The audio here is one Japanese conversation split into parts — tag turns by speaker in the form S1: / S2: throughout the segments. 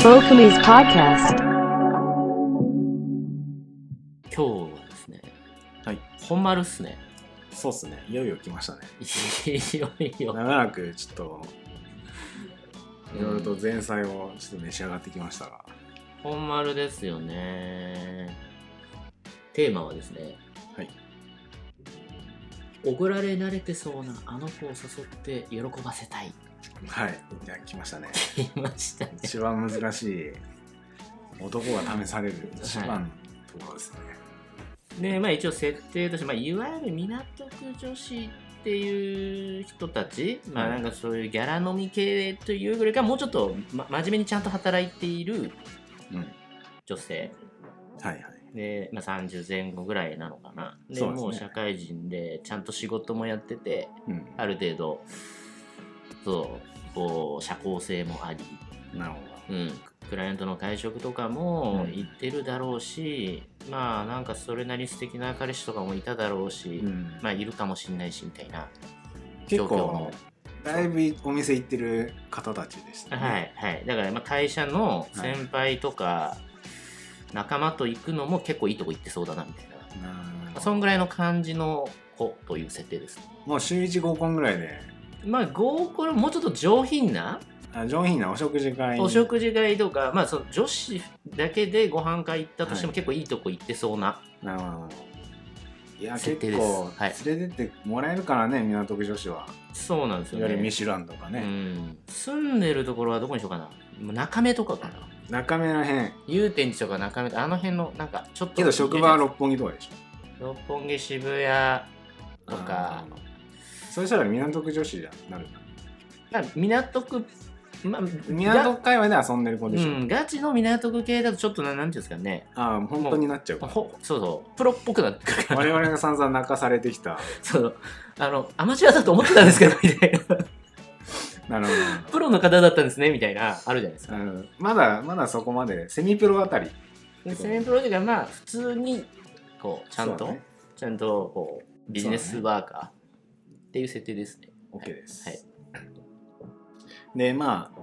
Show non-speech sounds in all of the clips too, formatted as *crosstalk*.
S1: Sofumi's podcast.
S2: 今日はですね、
S3: はい、
S2: 本丸っすね。
S3: そうっすね。いよいよ来ましたね。
S2: いいよいいよ。
S3: 長らくちょっと、いろいろと前菜をちょっと召し上がってきましたが。
S2: 本丸ですよね。テーマはですね、
S3: はい。
S2: おごられ慣れてそうなあの子を誘って喜ばせたい。
S3: はい。じゃあ来
S2: *laughs*
S3: ましたね。
S2: いましたね。
S3: 一番難しい、男が試される一番のところですね。
S2: で、まあ一応設定として、まあいわゆる港区女子っていう人たち、まあなんかそういうギャラ飲み系というぐらいか、もうちょっと、ま、真面目にちゃんと働いている
S3: うん。
S2: 女性。
S3: はいはい。
S2: で、まあ、30前後ぐらいなのかなで
S3: そうです
S2: も
S3: ね
S2: う社会人でちゃんと仕事もやってて
S3: うん。
S2: ある程度そうこう社交性もあり、
S3: なるほ
S2: うん、クライアントの会食とかも
S3: うん
S2: 行ってるだろうし、まあなんかそれなり素敵な彼氏とかもいただろうし、
S3: ど。うん。
S2: まあいるかもしんないしみたいな、
S3: 結
S2: 状況の
S3: 構、だいぶお店行ってる方たちでした、ね。
S2: はいはいだからまあ会社の先輩とか仲間と行くのも結構いいとこ行ってそうだなみたいな、ま
S3: な
S2: あ
S3: るほ
S2: そ
S3: ど。
S2: んぐらいの感じの子という設定です
S3: もう週1合コンぐらいで、
S2: まあ合コンもうちょっと上品な
S3: あ上品なお食事会に
S2: お食事会とか、まあ、その女子だけでご飯会行ったとしても
S3: はい
S2: 結構いいとこ行ってそうな、
S3: なるほどなるほど。いや、
S2: 設
S3: 結
S2: 定です
S3: 構
S2: はい、
S3: 連れてってもらえるからね、港区女子は。
S2: そうなんです
S3: い
S2: よ
S3: わゆ
S2: ね
S3: るミシュランとか
S2: う
S3: ね。
S2: ん、住んでるところはどこにしようかなもう中目とかかな
S3: 中目らへん。
S2: 祐天寺とか中目あの辺のなんかちょっと
S3: けど、職場は六本木とかでしょ。
S2: 六本木渋谷と
S3: あ
S2: か
S3: ー。そしたら港区女子じゃなるな。
S2: まあ港区まあ
S3: 港区界隈で遊んでる子
S2: がう
S3: でしょ。
S2: ん、ガチの港区系だとちょっとななんていうんですかね
S3: ああ、本当になっちゃうから。
S2: ほそうそうプロっぽくなってくるから *laughs*
S3: 我々が散々泣かされてきた。
S2: そうあのアマチュアだと思ってたんですけどみたいな *laughs*
S3: なるほ
S2: プロの方だったんですねみたいなあるじゃないです
S3: ど
S2: か
S3: なるほど。まだ、まだそこまで、セミプロあたり。
S2: でセミプロというかまあ普通にこうちゃんと、
S3: そうだね
S2: ちゃんとこうビジネスワーカーっていう設定ですね
S3: OK です。
S2: はい
S3: で、まあ、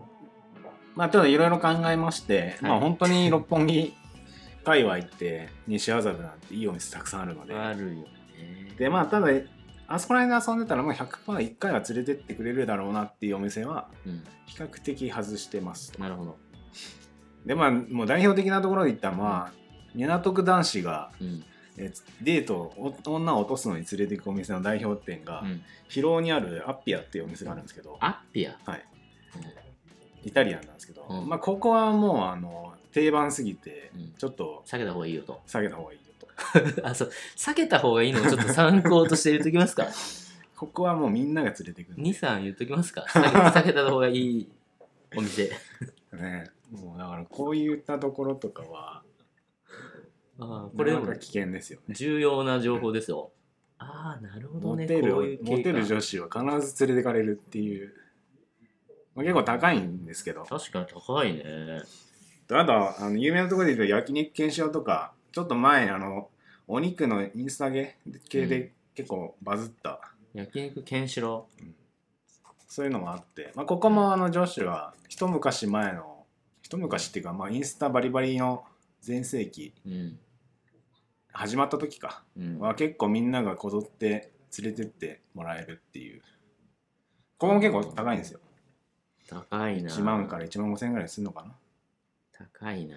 S3: まあ、ただいろいろ考えまして、ま
S2: は
S3: あ
S2: い
S3: 本当に六本木界隈って、西麻布なんていいお店たくさんあるので、
S2: あるよね
S3: で、まあ、ただ、あそこら辺で遊んでたらもう100%一回は連れてってくれるだろうなっていうお店は
S2: うん
S3: 比較的外してますと。
S2: なるほど
S3: で、まあ、もう代表的なところで言ったのは、港区男子が
S2: うん
S3: えデートをお女を落とすのに連れていくお店の代表店が、
S2: うん
S3: 広尾にあるアッピアっていうお店があるんですけど、
S2: アッピア
S3: はい、イタリアンなんですけど、
S2: うん
S3: まあここはもうあの定番すぎて
S2: うん
S3: ちょっと
S2: 下げた方がいいよと
S3: 下げた方がいいよ
S2: *laughs*
S3: と、
S2: あそう下げた方がいいのをちょっと参考として言っとき
S3: *laughs*
S2: ますか
S3: ここはもうみんなが連れてくんで、
S2: 23言っときますか下げ下げた方がいいお
S3: *laughs*
S2: 店
S3: ね、もうだからこういったところとかは
S2: あーこ
S3: こ
S2: れ
S3: れ
S2: で
S3: な
S2: も
S3: んか危険ですよね
S2: 重要な情報ですよ。ああ、なるほど
S3: モ
S2: ね。
S3: テる
S2: こういう
S3: モテ
S2: 経
S3: る
S2: 過
S3: 女子は必ず連れてかれるっていう、まあ、結構高いんですけど
S2: 確かに高いね。
S3: あとあの有名なところで言うと焼肉検証とかちょっと前あのお肉のインスタ系
S2: うん
S3: で結構バズった、
S2: 焼肉ケンシロ
S3: そういうのもあって、まあ、ここもあの女子は一昔前の一昔っていうか、まあ、インスタバリバリの全盛期
S2: ウ。うん。
S3: 始まった時か
S2: うん。
S3: は結構みんながこぞって連れてってもらえるっていうここも結構高いんですよ
S2: 高いな。
S3: 1万から1万5千円ぐらいするのか
S2: 高いな。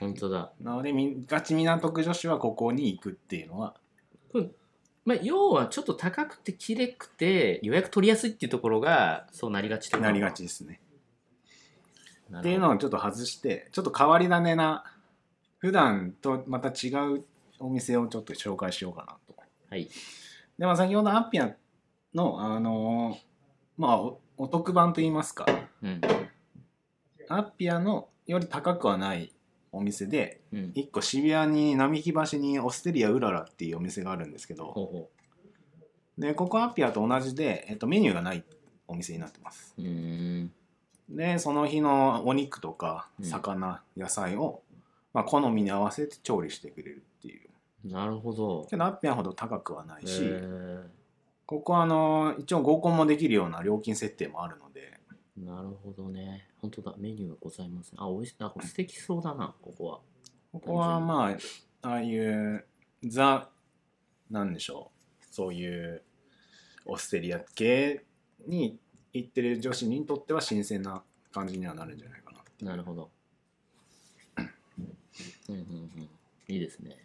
S2: 本当だ。
S3: ななのでみガチ港区女子はここに行くっていうのは
S2: まあ、要はちょっと高くてきれくて予約取りやすいっていうところがそうなりがちってこと
S3: なりがちですね
S2: なる
S3: っ
S2: ほど
S3: ていうのをちょっと外してちょっと変わり種な普段とまた違うお店をちょっと紹介しようかなと
S2: はい
S3: でまあ先ほどアッピアの、あのーまあお、お得版といいますか、
S2: うん
S3: アッピアのより高くはないお店で、
S2: うん
S3: 一個渋谷に並木橋にオステリアうららっていうお店があるんですけ
S2: ほ
S3: ど、
S2: うほ
S3: で、ここアッピアと同じで、えっと、メニューがないお店になってます。
S2: ううーん
S3: で、その日のお肉とか
S2: うん
S3: 魚、野菜を、まあ、好みに合わせて調理してくれるっていう。
S2: なるほど
S3: けど、アッピアほど高くはないし、
S2: へー
S3: ここはあのー一応合コンもできるような料金設定もあるので、
S2: なるほどね。本当だ、メニューがございません。あ、おいしあ、これ素敵そうだな、ここは。
S3: ここはまあああいうザなんでしょうそういうオーステリア系に行ってる女子にとっては新鮮な感じにはなるんじゃないかなって
S2: なる
S3: *clears throat*
S2: ほど。うんうんうん。いいですね。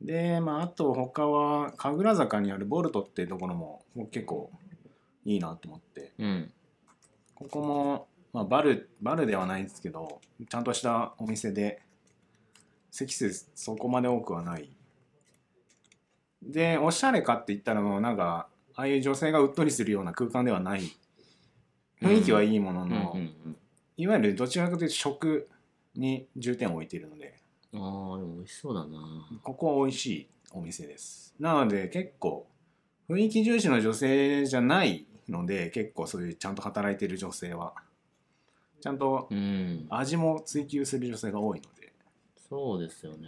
S3: でまああと他は神楽坂にあるボルトっていうところももう結構いいなと思って
S2: うん。
S3: ここも、まあ、バルバルではないんですけどちゃんとしたお店で席数そこまで多くはないでおしゃれかって言ったらもうなんかああいう女性がうっとりするような空間ではない雰囲気はいいもの
S2: うんう
S3: の、
S2: ん
S3: いわゆるどちらかというと食に重点を置いているので
S2: うん。ああ、でも美味しそうだな。
S3: ここは美味しいお店ですなので結構雰囲気重視の女性じゃないので結構そういうちゃんと働いてる女性はちゃんと
S2: うん。
S3: 味も追求する女性が多いので、
S2: そうですよね。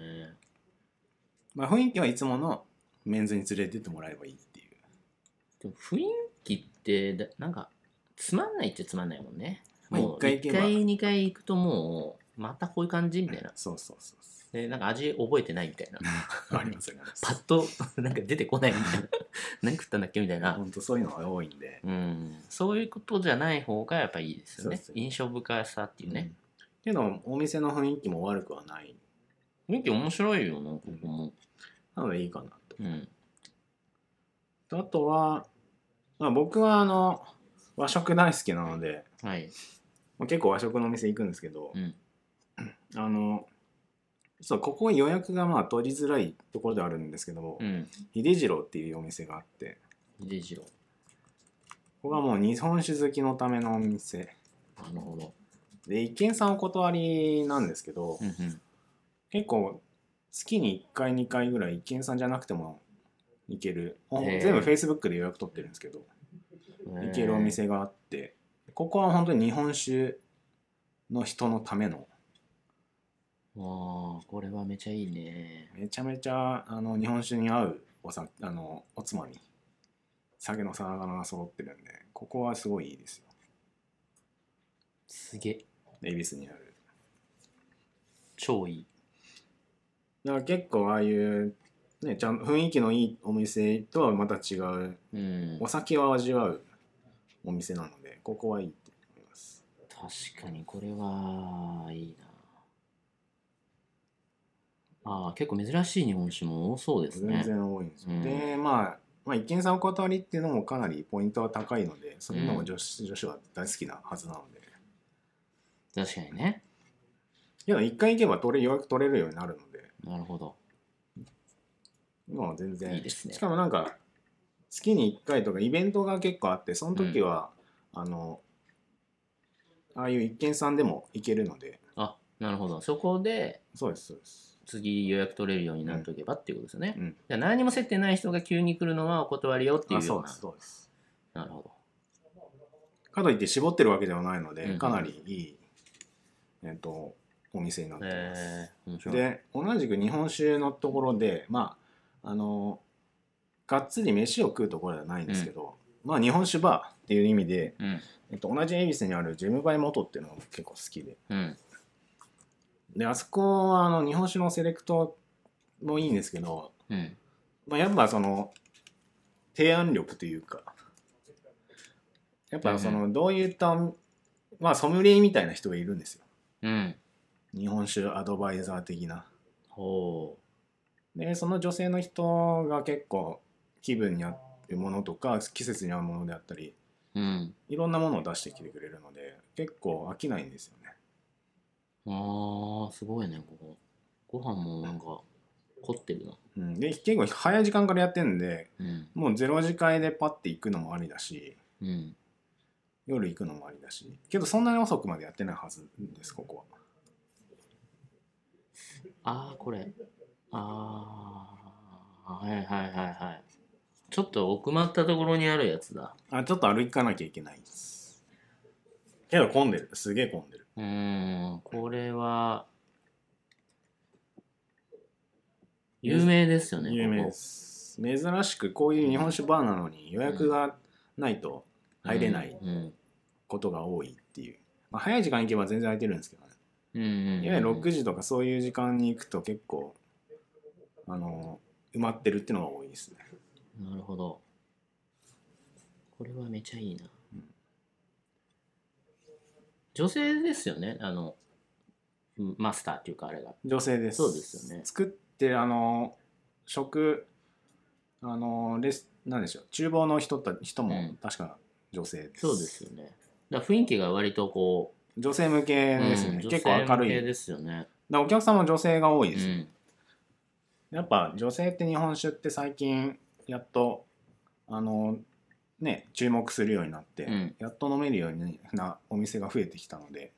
S3: まあ、雰囲気はいつものメンズに連れてってもらえばいいっていう
S2: でも雰囲気ってだ、なんか、つまんないっちゃつまんないもんね。
S3: まあ
S2: もう
S3: 一回行けば
S2: 一回、二回行くともう、またこういう感じみたいな。
S3: そうそうそうそ
S2: で、なんか味覚えてないみたいな。
S3: うありますよね
S2: パッと、 *laughs* なんか出てこないみ *laughs* たいな。何食ったんだっけみたいな。
S3: 本当そういうのが多いんで、
S2: うん、そういうことじゃない方がやっぱいいですよね
S3: そうそう
S2: 印象深さっていうね、
S3: けどお店の雰囲気も悪くはない
S2: 雰囲気面白いよなここも、
S3: なのでいいかなと
S2: うん、
S3: あとは、まあ、僕はあの和食大好きなので
S2: はい、
S3: まあ結構和食のお店行くんですけど
S2: う、ん、
S3: あのそうここ予約がまあ取りづらいところではあるんですけども、
S2: うん
S3: 秀次郎っていうお店があって
S2: 秀次郎
S3: ここがもう日本酒好きのためのお店
S2: なるほど、
S3: で一見さんお断りなんですけど、
S2: うんうん、
S3: 結構月に1回2回ぐらい一見さんじゃなくても行ける、お
S2: へー
S3: 全部 Facebook で予約取ってるんですけど行けるお店があってここは本当に日本酒の人のための
S2: あーこれはめちゃいいね
S3: めちゃめちゃあの日本酒に合うおさあのおつまみ酒の魚が揃ってるんでここはすごいいいですよ
S2: すげえ
S3: 恵比寿にある
S2: 超いい
S3: だから結構ああいう、ね、ちゃん雰囲気のいいお店とはまた違う
S2: うん
S3: お酒を味わうお店なのでここはいいと思います
S2: 確かにこれはいいなあー結構珍しい日本酒も多そうです
S3: 全
S2: ね
S3: 然多いんですよ、
S2: うん
S3: でまあまあ、一見さんお断りっていうのもかなりポイントは高いのでそういうのも女子,、女子は大好きなはずなので
S2: 確かにね
S3: けど一回行けば取れ予約取れるようになるので
S2: なるほど
S3: もう全然
S2: いいですね
S3: しかもなんか月に1回とかイベントが結構あってその時は、あのああいう一見さんでも行けるので
S2: あなるほどそこで
S3: そうですそうです
S2: 次予約取れるようになっておけばっていうことですよね。
S3: うん
S2: じゃあ何も接点ない人が急に来るのはお断りよってい
S3: あ
S2: うよ
S3: そうう
S2: な
S3: です。そうです
S2: なるほど。
S3: かといって絞ってるわけではないので、
S2: うん
S3: かなりいい、えっとお店になってます、
S2: えー、面白い。
S3: で同じく日本酒のところでまああのがっつり飯を食うところではないんですけど、まあ日本酒バーっていう意味で、
S2: うん。
S3: えっと、同じ恵比寿にあるジェムバイ元っていうのが結構好きで
S2: うん。
S3: であそこはあの日本酒のセレクトもいいんですけど、
S2: うん。
S3: まあ、やっぱその提案力というかやっぱそのどういった、まあソムリエみたいな人がいるんですよ
S2: うん。
S3: 日本酒アドバイザー的な
S2: ほ
S3: でその女性の人が結構気分に合うものとか季節に合うものであったり
S2: う。うん。
S3: いろんなものを出してきてくれるので結構飽きないんですよね
S2: ああ、すごいね、ここ。ご飯もなんか凝ってるな。
S3: うん、で結構早い時間からやってるんで
S2: うん。
S3: もう0時会でパッて行くのもありだし
S2: うん。
S3: 夜行くのもありだしけどそんなに遅くまでやってないはずですここは
S2: ああ、これ。ああ。はいはいはいはい。ちょっと奥まったところにあるやつだ。
S3: あちょっと歩かなきゃいけないですけど混んでるすげえ混んでる
S2: うーん、これは、有名ですよね、
S3: 有名です珍しくこういう日本酒バーなのに予約がないと入れない
S2: うん。
S3: ことが多いっていう、まあ、早い時間行けば全然空いてるんですけどね
S2: うんうんうん
S3: いわゆる6時とかそういう時間に行くと結構あの埋まってるっていうのが多いですね
S2: なるほど。これはめちゃいいな。
S3: うん
S2: 女性ですよね、あの、うんマスターっていうかあれが。
S3: 女性です
S2: そうですよね
S3: 作ってるあの食あのレスなんでしょう厨房の人た人
S2: う
S3: も
S2: ん
S3: 確か女性です、
S2: そうですよね。だから雰囲気が割とこ
S3: 女性向け
S2: う、
S3: ですね、
S2: うん
S3: 結構明る
S2: 女性
S3: い
S2: 向
S3: だ
S2: け
S3: か
S2: ですよね。
S3: らお客さんも女性が多いうです、
S2: ん。
S3: やっぱ女性って日本酒って最近やっとあのね注目するようになって、
S2: うん
S3: やっと飲めるようなお店が増えてきたので、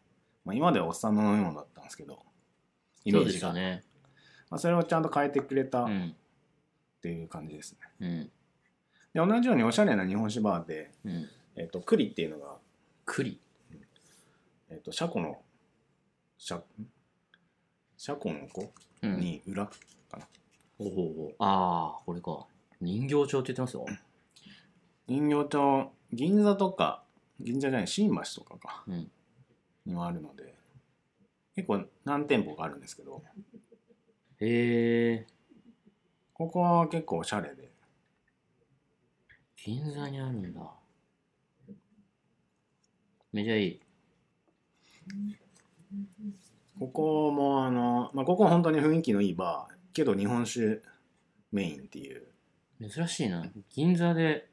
S3: まあ、今まではおっさんの飲み物だったんですけどイメ
S2: そう
S3: ー
S2: で
S3: ジ
S2: す
S3: が
S2: よね。
S3: まあ、それをちゃんと変えてくれたっ
S2: うん。
S3: ていう感じですね、
S2: うん。
S3: で同じようにおしゃれな日本酒バーで、
S2: うん。
S3: えっと栗っていうのが、
S2: 栗。
S3: えっと車庫の車車庫の子
S2: うん。
S3: に裏、
S2: ほうほうほう。ああ、これか。人形町って言ってますよ。
S3: 人形町銀座とか銀座じゃない新橋とかか
S2: うん。
S3: にもあるので結構何店舗かあるんですけど
S2: へえ。
S3: ここは結構おしゃれで
S2: 銀座にあるんだ。めちゃいい。
S3: ここもあの、まあ、ここは本当に雰囲気のいいバーけど日本酒メインっていう
S2: 珍しいな銀座で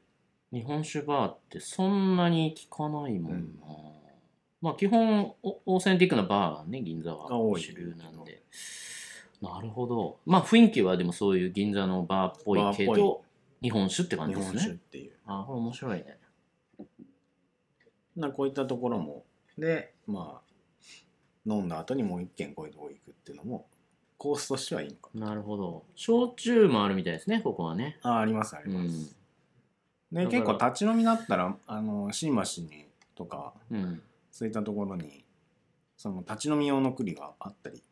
S2: 日本酒バーってそんなに聞かないもんな、
S3: うん
S2: まあ基本おオーセンティックなバーがね銀座は
S3: が多い
S2: 主流なんでなるほどまあ雰囲気はでもそういう銀座のバーっぽい
S3: バーっ
S2: け
S3: ぽい
S2: ど日本酒って感
S3: 日
S2: じです
S3: 本酒っ
S2: ね
S3: ていう
S2: あこれ面白いね
S3: なこういったところもでまあ飲んだ後にもう一軒こういうとこ行くっていうのもコースとしてはいいのか
S2: なるほど焼酎もあるみたいですねここはね
S3: なあありますあ
S2: う
S3: ります、
S2: ん
S3: で
S2: だから
S3: 結構立ち飲みだったらあの新橋にとか
S2: うん
S3: そういったところにその立ち飲み用の栗があったり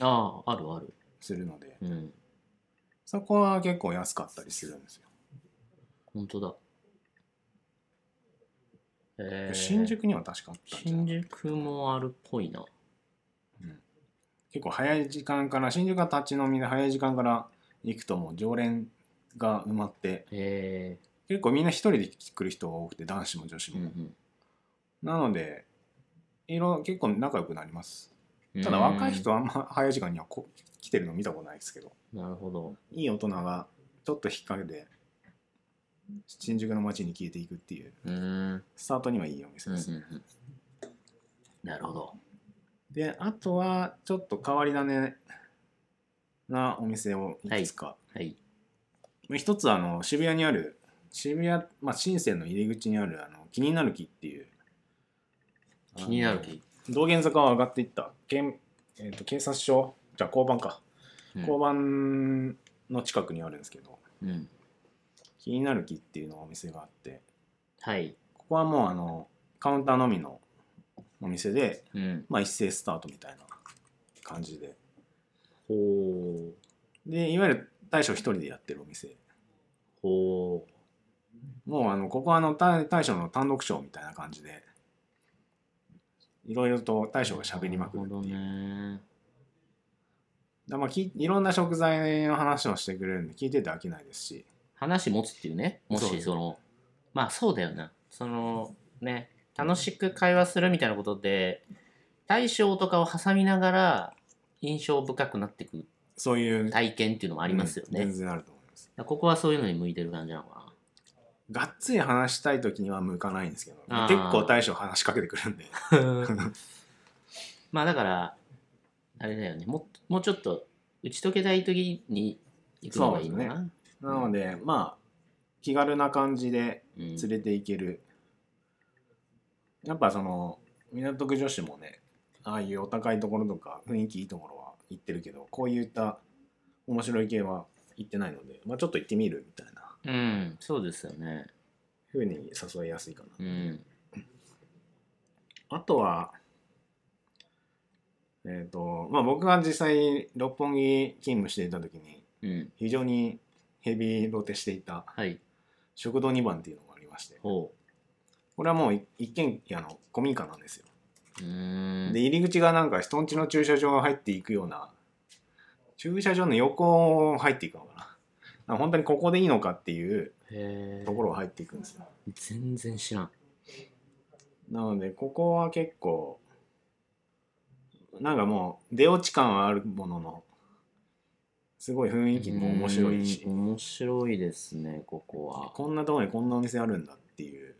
S2: あああるある
S3: するので
S2: うん
S3: そこは結構安かったりするんですよ、
S2: 本当だえー
S3: 新宿には確かあったんじゃな
S2: 新
S3: い
S2: 宿もあるっぽいな
S3: 結構早い時間から新宿が立ち飲みで早い時間から行くともう常連が埋まって
S2: え
S3: 結構みんな一人で来る人が多くて男子も女子
S2: ーう
S3: も、
S2: ん
S3: なのでいろいろ結構仲良くなります
S2: うん、
S3: ただ若い人はあんま早い時間にはこ来てるの見たことないですけど
S2: なるほど
S3: いい大人がちょっと引っ掛けて新宿の街に消えていくっていう
S2: うーんうん
S3: スタートにはいいお店
S2: うんう
S3: です、ね
S2: んなるほど
S3: であとはちょっと変わり種なお店をいくつか、
S2: はい
S3: まあ一つはあの渋谷にある渋谷、まあ、深センの入り口にあるあの気になる木っていう
S2: 気になる
S3: あ
S2: 気、
S3: の道玄坂を上がっていった警,、えーと警察署じゃあ交番か、
S2: うん
S3: 交番の近くにあるんですけど
S2: うん、
S3: 気になる木っていうのがお店があって
S2: はい
S3: ここはもうあのカウンターのみのお店で、
S2: うん
S3: まあ、一斉スタートみたいな感じで
S2: ほう
S3: でいわゆる大将一人でやってるお店
S2: ほ
S3: もうあのここはあの大大将の単独ショーみたいな感じでいろいろと
S2: う
S3: 大将が喋りまくるって
S2: なるほど
S3: いう、
S2: ね
S3: だまあ、きいろんな食材の話をしてくれるんで聞いてて飽きないですし
S2: 話持つっていうねも
S3: そう
S2: しそのまあそうだよなそのね楽しく会話するみたいなことで大将とかを挟みながら印象深くなってく
S3: そういう
S2: 体験っていうのもありますよね、
S3: うん全然あると思います
S2: ここはそういうのに向いてる感じなのか
S3: がっつり話したい時には向かないんですけど
S2: あー
S3: 結構大将話しかけてくるんで *laughs*
S2: なまあだからあれだよねもっもうちょっと打ち解けたい時に行くのがいいのかな
S3: そなのでまあ気軽な感じで
S2: うん
S3: 連れていける、やっぱその港区女子もねああいうお高いところとか雰囲気いいところは行ってるけどこういった面白い系は行ってないので、まあ、ちょっと行ってみるみたいな
S2: うんそうですよね
S3: 風に誘いやすいかな
S2: うん
S3: あとはえっ、とまあ僕が実際六本木勤務していた時に
S2: うん
S3: 非常にヘビーロテしていた
S2: はい
S3: 食堂2番っていうのがありまして
S2: ほ
S3: これはもう一軒家の古民家なんですよ。
S2: うーん
S3: で入り口がなんか人んちの駐車場に入っていくような駐車場の横を入っていくのかななんか本当にここでいいのかっていう
S2: へ
S3: と
S2: ー
S3: ころを入っていくんですよ
S2: 全然知らん
S3: なのでここは結構なんかもう出落ち感はあるもののすごい雰囲気も面白いし
S2: うーん面白いですねここは
S3: こんなところにこんなお店あるんだっていう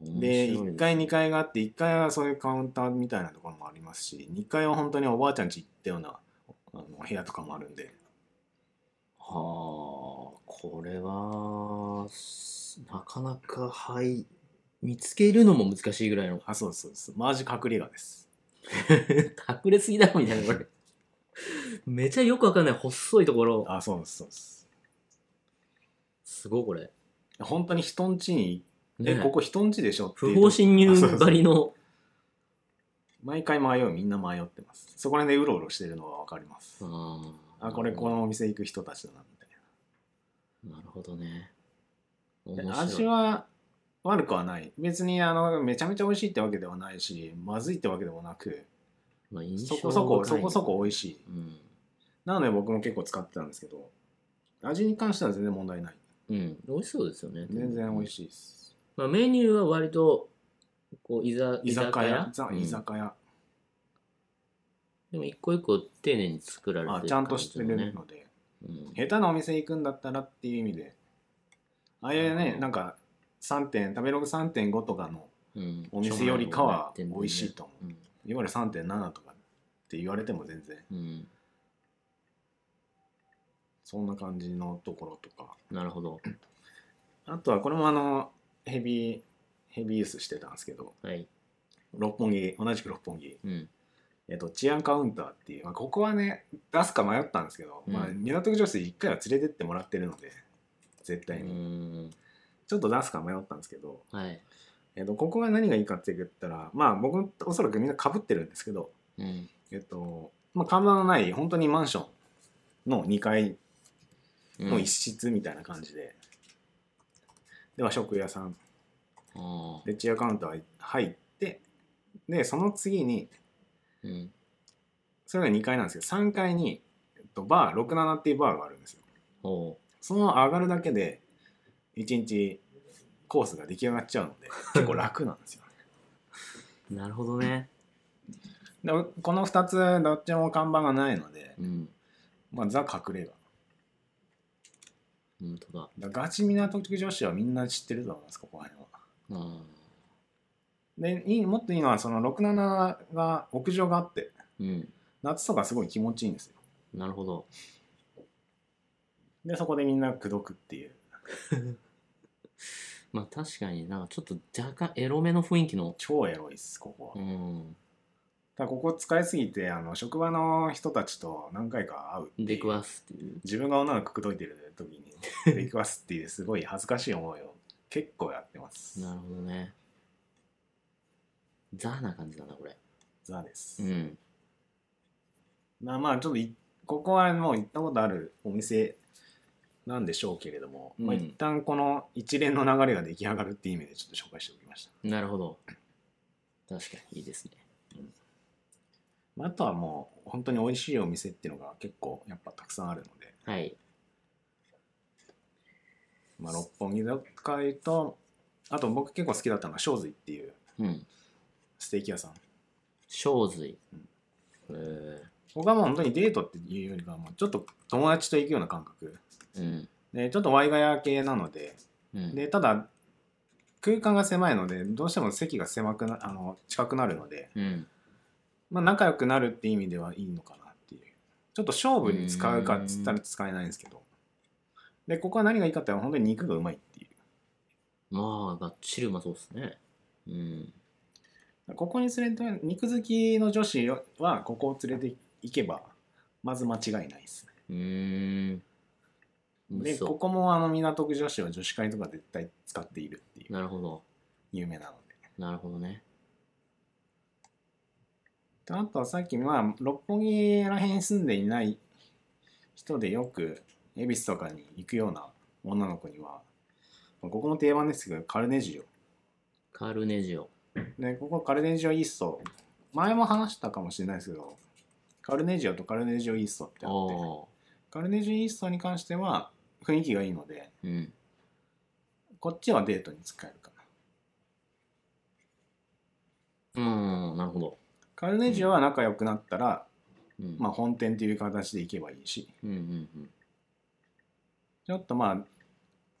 S3: で
S2: 面白いす
S3: 1階2階があって1階はそういうカウンターみたいなところもありますし2階は本当におばあちゃんち行ったようなあの部屋とかもあるんで
S2: はあこれはすなかなかはい見つけるのも難しいぐらいの
S3: あそうですそうですマージ隠れ家です
S2: *laughs* 隠れすぎだろみたいなこれめちゃよくわかんない細いところ
S3: あそうですそうです
S2: すごいこれ、
S3: 本当に人んちに、
S2: ね、
S3: えここ人んちでしょって
S2: 不
S3: いう
S2: 法侵入
S3: あそうそう
S2: ばりの
S3: 毎回迷うみんな迷ってますそこら辺でうろうろしてるのは分かりますあこれこのお店行く人たちだなみたい
S2: なるほどね
S3: な
S2: 面
S3: で
S2: 白
S3: 味
S2: い
S3: は悪くはない別にあのめちゃめちゃ美味しいってわけではないしまずいってわけでもなく
S2: まあ印象
S3: そこそこ
S2: 深
S3: そ
S2: い
S3: こそこ美味しい
S2: うん、
S3: なので僕も結構使ってたんですけど味に関しては全然問題ない
S2: うん、美味しそうですよね
S3: 全然美味
S2: い、
S3: しいです
S2: まあ、メニューは割とこう居ざ
S3: 居酒屋
S2: う
S3: ザ
S2: ん
S3: 居酒屋、
S2: でも一個一個丁寧に作られて
S3: あ
S2: る
S3: ちゃんとして
S2: 感じの
S3: る
S2: ね
S3: ので
S2: うん
S3: 下手なお店行くんだったらっていう意味でああいうね、
S2: うん
S3: なんか3点食べログ3.5とかの
S2: うん
S3: お店よりかは美味しいと思う
S2: うん
S3: いわゆる3.7とかって言われても全然
S2: うん
S3: そんな感じのところとか
S2: なるほど
S3: あとはこれもあのヘビーヘビーユースしてたんですけど
S2: はい
S3: 六本木同じく六本木
S2: うん
S3: えっと、治安カウンターっていう、まあ、ここはね出すか迷ったんですけど、
S2: うん
S3: まあ、港区女子一回は連れてってもらってるので絶
S2: う
S3: 対に、
S2: ん
S3: ちょっと出すか迷ったんですけど、
S2: はい
S3: えっと、ここが何がいいかって言ったらまあ僕おそらくみんなかぶってるんですけど、
S2: うん
S3: えっとまあ、看板のない本当にマンションの2階
S2: うん
S3: の一室みたいな感じで、で和食屋さん
S2: あー
S3: でチアカウンター入ってでその次に
S2: うん
S3: それが2階なんですけど3階に、えっと、バー67っていうバーがあるんですよ
S2: おう
S3: その上がるだけで1日コースが出来上がっちゃうの
S2: *laughs*
S3: で結構楽なんですよ
S2: なるほどね
S3: でこの2つどっちも看板がないので、
S2: うん
S3: まあ、ザ隠れ家
S2: 本当だ
S3: だガチ港区女子はみんな知ってると思いますここら辺は
S2: あ
S3: でいいもっといいのはその67が屋上があって
S2: ーうん
S3: 夏とかすごい気持ちいいんですよ
S2: なるほど
S3: でそこでみんな口説くっていう
S2: まあ確かになんかちょっと若干エロめの雰囲気の
S3: 超エロいっすここは、
S2: うん
S3: ただここ使いすぎてあの職場の人たちと何回か会うっていう
S2: 出くわすっていう
S3: 自分が女の子口説いてる時に出くわすっていうすごい恥ずかしい思いを結構やってます
S2: なるほどねザな感じだなこれ
S3: ザです、
S2: うん
S3: まあまあちょっといここはもう行ったことあるお店なんでしょうけれども、まあ
S2: うん
S3: 一旦この一連の流れが出来上がるっていう意味でちょっと紹介しておきました、
S2: なるほど確かにいいですね
S3: まあ、あとはもう本当に美味しいお店っていうのが結構やっぱたくさんあるので、
S2: はい
S3: まあ、六本木雑貨屋とあと僕結構好きだったのが正髄っていう
S2: うん
S3: ステーキ屋さん
S2: 小髄
S3: うん
S2: えー
S3: ここはもう本当にデートっていうよりかはもうちょっと友達と行くような感覚
S2: うん
S3: でちょっとワイガヤ系なので
S2: うん
S3: でただ空間が狭いのでどうしても席が狭くなあの近くなるので、
S2: うん
S3: まあ、仲良くなるって意味ではいいのかなっていうちょっと勝負に使うかっつったら使えないんですけどでここは何がいいかって本当に肉がうまいってい
S2: まあがっちりうまそうですねうん
S3: うここに連れて肉好きの女子はここを連れて行けばまず間違いないですね
S2: うーん美
S3: で
S2: 味し
S3: こ
S2: そ
S3: こもあの港区女子は女子会とか絶対使っているっていう
S2: うなるほど
S3: 有名なので
S2: なるほどね
S3: であとはさっき、まあ、六本木らへん住んでいない人でよく恵比寿とかに行くような女の子には、まあここも定番ですけどカルネジオ
S2: カルネジオ。
S3: ね、ここカルネジオイースト前も話したかもしれないですけどカルネジオとカルネジオイーストってあって
S2: お
S3: カルネジオイーストに関しては雰囲気がいいので
S2: ーうん。
S3: こっちはデートに使えるかな
S2: うん、なるほど。
S3: カルネジオは仲良くなったら、
S2: うん、
S3: まあ、本店という形で行けばいいし
S2: うんうんうん。
S3: ちょっとまあ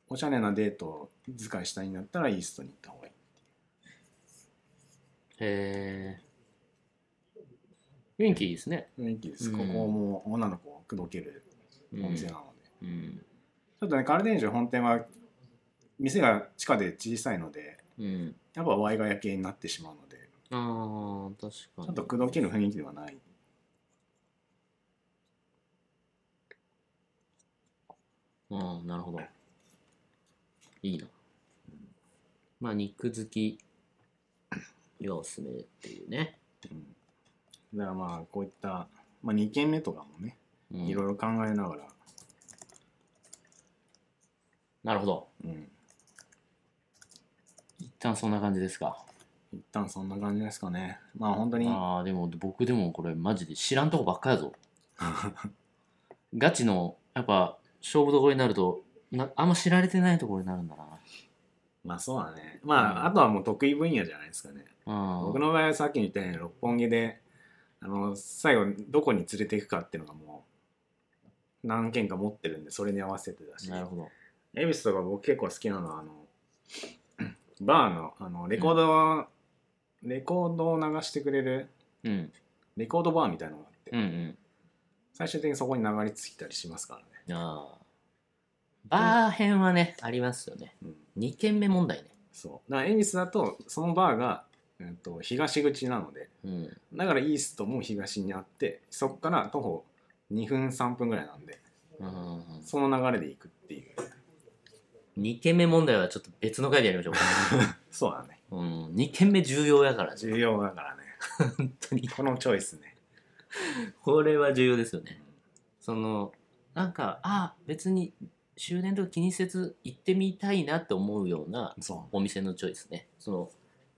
S3: おしゃれなデート使いしたいんだったらイーストに行った方がいい
S2: へえ。雰囲気いいですね。
S3: 雰囲気です、
S2: うん
S3: ここも女の子を口説ける
S2: うん
S3: お店なの
S2: う
S3: で、
S2: ん。
S3: ちょっとねカルデンジュ本店は店が地下で小さいので
S2: うん。
S3: やっぱワイガヤ系になってしまうので
S2: ああ、確かに。
S3: ちょっと口説ける雰囲気ではない
S2: うん、なるほど。いいな。まあ、肉好きがおすすめっていうね。
S3: うんだからまあこういった、まあ、2軒目とかもね
S2: うん
S3: いろいろ考えながら、
S2: なるほど。
S3: うん、
S2: 一旦そんな感じですか。
S3: 一旦そんな感じですかねまあ本当に
S2: ああ、でも僕でもこれマジで知らんとこばっかや
S3: *laughs*
S2: ぞ。ガチの、やっぱ勝負どころになると、なあんま知られてないところになるんだな。
S3: まあそうだねまあ、
S2: うん
S3: あとはもう得意分野じゃないですかね
S2: うん、
S3: 僕の場合はさっき言ったように六本木であの最後どこに連れていくかっていうのがもう何軒か持ってるんでそれに合わせてだし
S2: なるほど。
S3: 恵比寿とか僕結構好きなのはあのバーのあのレコード、レコードを流してくれる
S2: うん。
S3: レコードバーみたいなのがあって、
S2: うんうん。
S3: 最終的にそこに流れ着いたりしますからね、
S2: ああ。バー編はね、ありますよね。
S3: うん、
S2: 2軒目問題ね。
S3: そうだから恵比寿だとそのバーが、えっと東口なので
S2: うん。
S3: だからイーストも東にあってそこから徒歩2分3分ぐらいなんで
S2: うん
S3: その流れで行くっていう
S2: 2軒目問題はちょっと別の回でやりましょ
S3: *laughs* そうだね
S2: う。うん、2軒目重要やからね、
S3: 重要だからね
S2: 本当に。
S3: このチョイスね
S2: これは重要ですよね。その、なんか、あ別に終電とか気にせず行ってみたいなって思うような
S3: そ
S2: お店のチョイスね。その、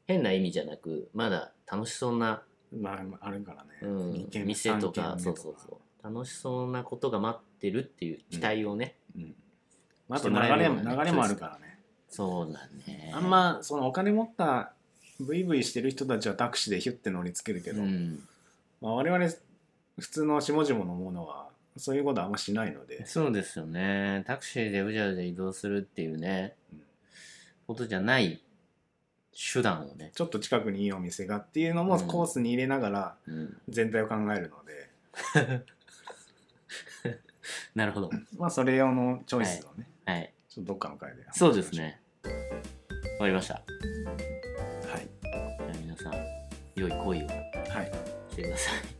S2: 変な意味じゃなく、まだ楽しそうな、
S3: うまああるからね、
S2: うん
S3: 二軒目
S2: 店とか
S3: 三軒
S2: そ
S3: 目
S2: うそうそう。楽しそうなことが待ってるっていう期待をね。
S3: うんまあ、あと流れも流れもあるからね
S2: そうだね。
S3: あんまそのお金持ったブイブイしてる人たちはタクシーでヒュッて乗りつけるけど、
S2: うん、
S3: まあ、我々普通の下々のものはそういうことあんましないので、
S2: そうですよね。タクシーでうじゃうじゃ移動するっていうね、
S3: うん
S2: ことじゃない手段をね。
S3: ちょっと近くにいいお店がっていうのも
S2: うん
S3: コースに入れながら
S2: うん、
S3: 全体を考えるので、
S2: なるほど。
S3: まあそれ用のチョイスをね、
S2: はい。
S3: ちょっとどっかの回で
S2: そうですね。わかりました。
S3: はい
S2: じゃあ皆さん、良い恋を
S3: はい
S2: してください。 *laughs*